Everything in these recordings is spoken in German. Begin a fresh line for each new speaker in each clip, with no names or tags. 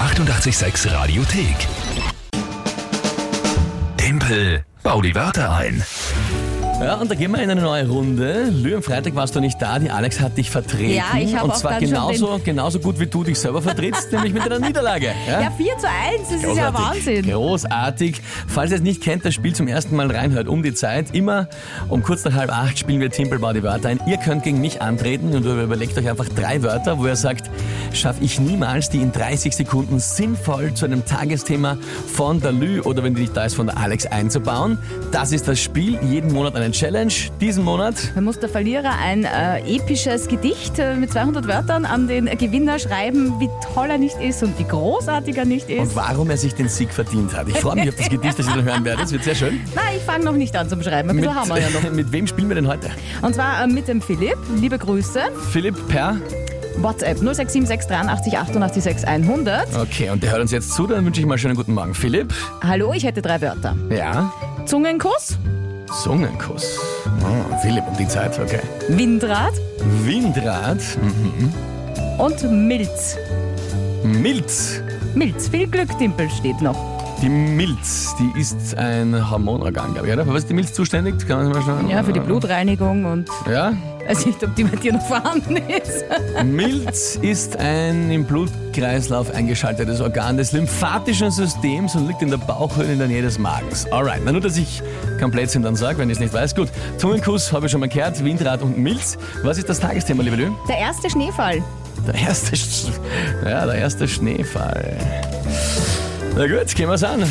886 Radiothek. Tempel, bau die Wörter ein.
Ja, und da gehen wir in eine neue Runde. Lü, am Freitag warst du nicht da, die Alex hat dich vertreten.
Ja, ich hab
Und
auch
zwar
dann schon
genauso, genauso gut, wie du dich selber vertrittst, nämlich mit einer Niederlage. Ja?
Ja, 4 zu 1, das ist ja Wahnsinn.
Großartig. Falls ihr es nicht kennt, das Spiel zum ersten Mal reinhört, um die Zeit. Immer um kurz nach halb acht spielen wir Timpelbau die Wörter ein. Ihr könnt gegen mich antreten und überlegt euch einfach drei Wörter, wo ihr sagt, schaffe ich niemals, die in 30 Sekunden sinnvoll zu einem Tagesthema von der Lü oder wenn die nicht da ist, von der Alex einzubauen. Das ist das Spiel. Jeden Monat eine Challenge. Diesen Monat
Da muss der Verlierer ein äh, episches Gedicht äh, mit 200 Wörtern an den Gewinner schreiben, wie toll er nicht ist und wie großartig er nicht
und
ist.
warum er sich den Sieg verdient hat. Ich freue mich auf das Gedicht, das ihr dann hören werdet. Es wird sehr schön.
Nein, ich fange noch nicht an zum Schreiben. Ein
Mit,
bisschen haben wir ja noch.
mit wem spielen wir denn heute?
Und zwar äh, mit dem Philipp. Liebe Grüße.
Philipp Per.
WhatsApp 0676 83 88 6 100.
Okay, und der hört uns jetzt zu, dann wünsche ich mal schönen guten Morgen. Philipp?
Hallo, ich hätte drei Wörter.
Ja?
Zungenkuss,
Zungenkuss. Oh, Philipp um die Zeit, okay.
Windrad
Windrad,
und Milz.
Milz.
Milz, viel Glück, Timpel steht noch.
Die Milz, die ist ein Hormonorgan, glaube ich, oder? Für was ist die Milz zuständig? Kann man das mal schauen?
Ja, für die Blutreinigung und
Ja?
weiß nicht, ob die bei dir noch vorhanden ist.
Milz ist ein im Blutkreislauf eingeschaltetes Organ des lymphatischen Systems und liegt in der Bauchhöhle in der Nähe des Magens. Alright, na nur, dass ich kein Blödsinn dann sage, wenn ich es nicht weiß. Gut, Zungenkuss habe ich schon mal gehört, Windrad und Milz. Was ist das Tagesthema, liebe Lü?
Der erste Schneefall.
Der erste, Sch ja, der erste Schneefall. Na gut, gehen wir's an.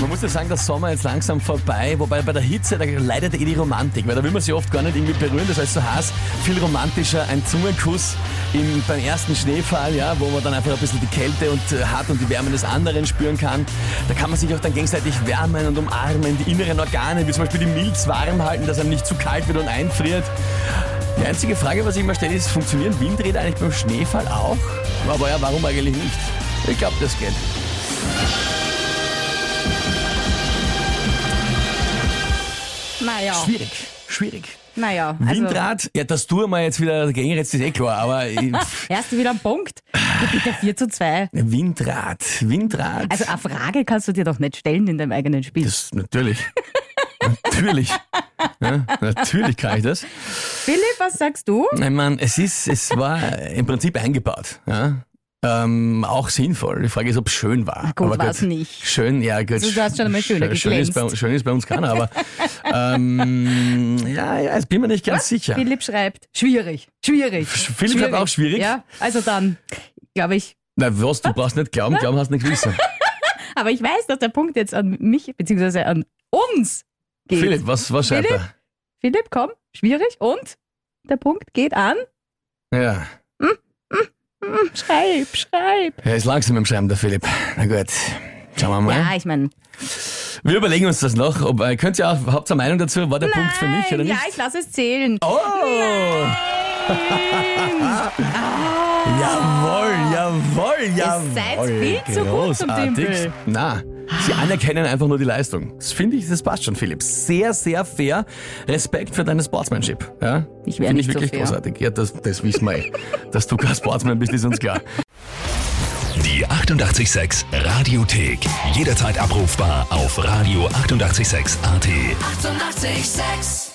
Man muss ja sagen, der Sommer ist langsam vorbei, wobei bei der Hitze, da leidet eh die Romantik, weil da will man sich oft gar nicht irgendwie berühren, das heißt so heiß, viel romantischer, ein Zungenkuss im, beim ersten Schneefall, ja, wo man dann einfach ein bisschen die Kälte und äh, hat und die Wärme des anderen spüren kann. Da kann man sich auch dann gegenseitig wärmen und umarmen, die inneren Organe, wie zum Beispiel die Milz warm halten, dass einem nicht zu kalt wird und einfriert. Die einzige Frage, was ich immer stelle, ist, funktionieren Windräder eigentlich beim Schneefall auch? Aber ja, warum eigentlich nicht? Ich glaube, das geht.
Naja,
Schwierig, schwierig.
naja. also
Windrad, ja, dass du mal jetzt wieder dagegen redest, ist eh klar, aber äh, pff,
Erst wieder ein Punkt. Du bist ja 4 zu 2.
Windrad, Windrad.
Also eine Frage kannst du dir doch nicht stellen in deinem eigenen Spiel.
das, natürlich. natürlich. Ja, natürlich kann ich das.
Philipp, was sagst du?
Ich meine, es ist, es war im Prinzip eingebaut. Ja? Ähm, auch sinnvoll. Die Frage ist, ob es schön war.
gut,
Aber
war's nicht.
Schön, ja, gut.
Also du hast schon einmal schöner
Schön- schön ist, bei,
geglänzt.
schön ist bei uns keiner, aber ähm, ja, ja, ich bin mir nicht ganz sicher.
Philipp schreibt, schwierig, schwierig.
Philipp schreibt auch schwierig.
Ja, also dann, glaube ich.
Na was, du brauchst nicht glauben, glauben hast nicht wissen.
Aber ich weiß, dass der Punkt jetzt an mich, beziehungsweise an uns geht.
Philipp, was, was schreibt
Philipp? Philipp, komm, schwierig. Und der Punkt geht an.
er? Ja.
Hm, Schreib, schreib.
Er ist langsam im Schreiben, der Philipp. Na gut. Schauen wir mal.
Ja, ich meine,
Wir überlegen uns das noch. Ob, äh, könnt ihr auch, habt ihr eine Meinung dazu? War der Punkt für mich oder
ja,
nicht?
ich lasse es zählen.
oh! Jawohl, jawohl, jawohl.
seid viel zu gut zum
Großartig.
Dimpel.
Na, sie anerkennen einfach nur die Leistung. Das finde ich, das passt schon, Philipp. Sehr, sehr fair. Respekt für deine Sportsmanship. Ja?
Ich wär
Finde
nicht
ich
so
wirklich
fair.
großartig. Ja, das, das wissen wir eh. Dass du kein Sportsman bist, ist uns klar.
Die 886 Radiothek. Jederzeit abrufbar auf radio886.at. 886!
886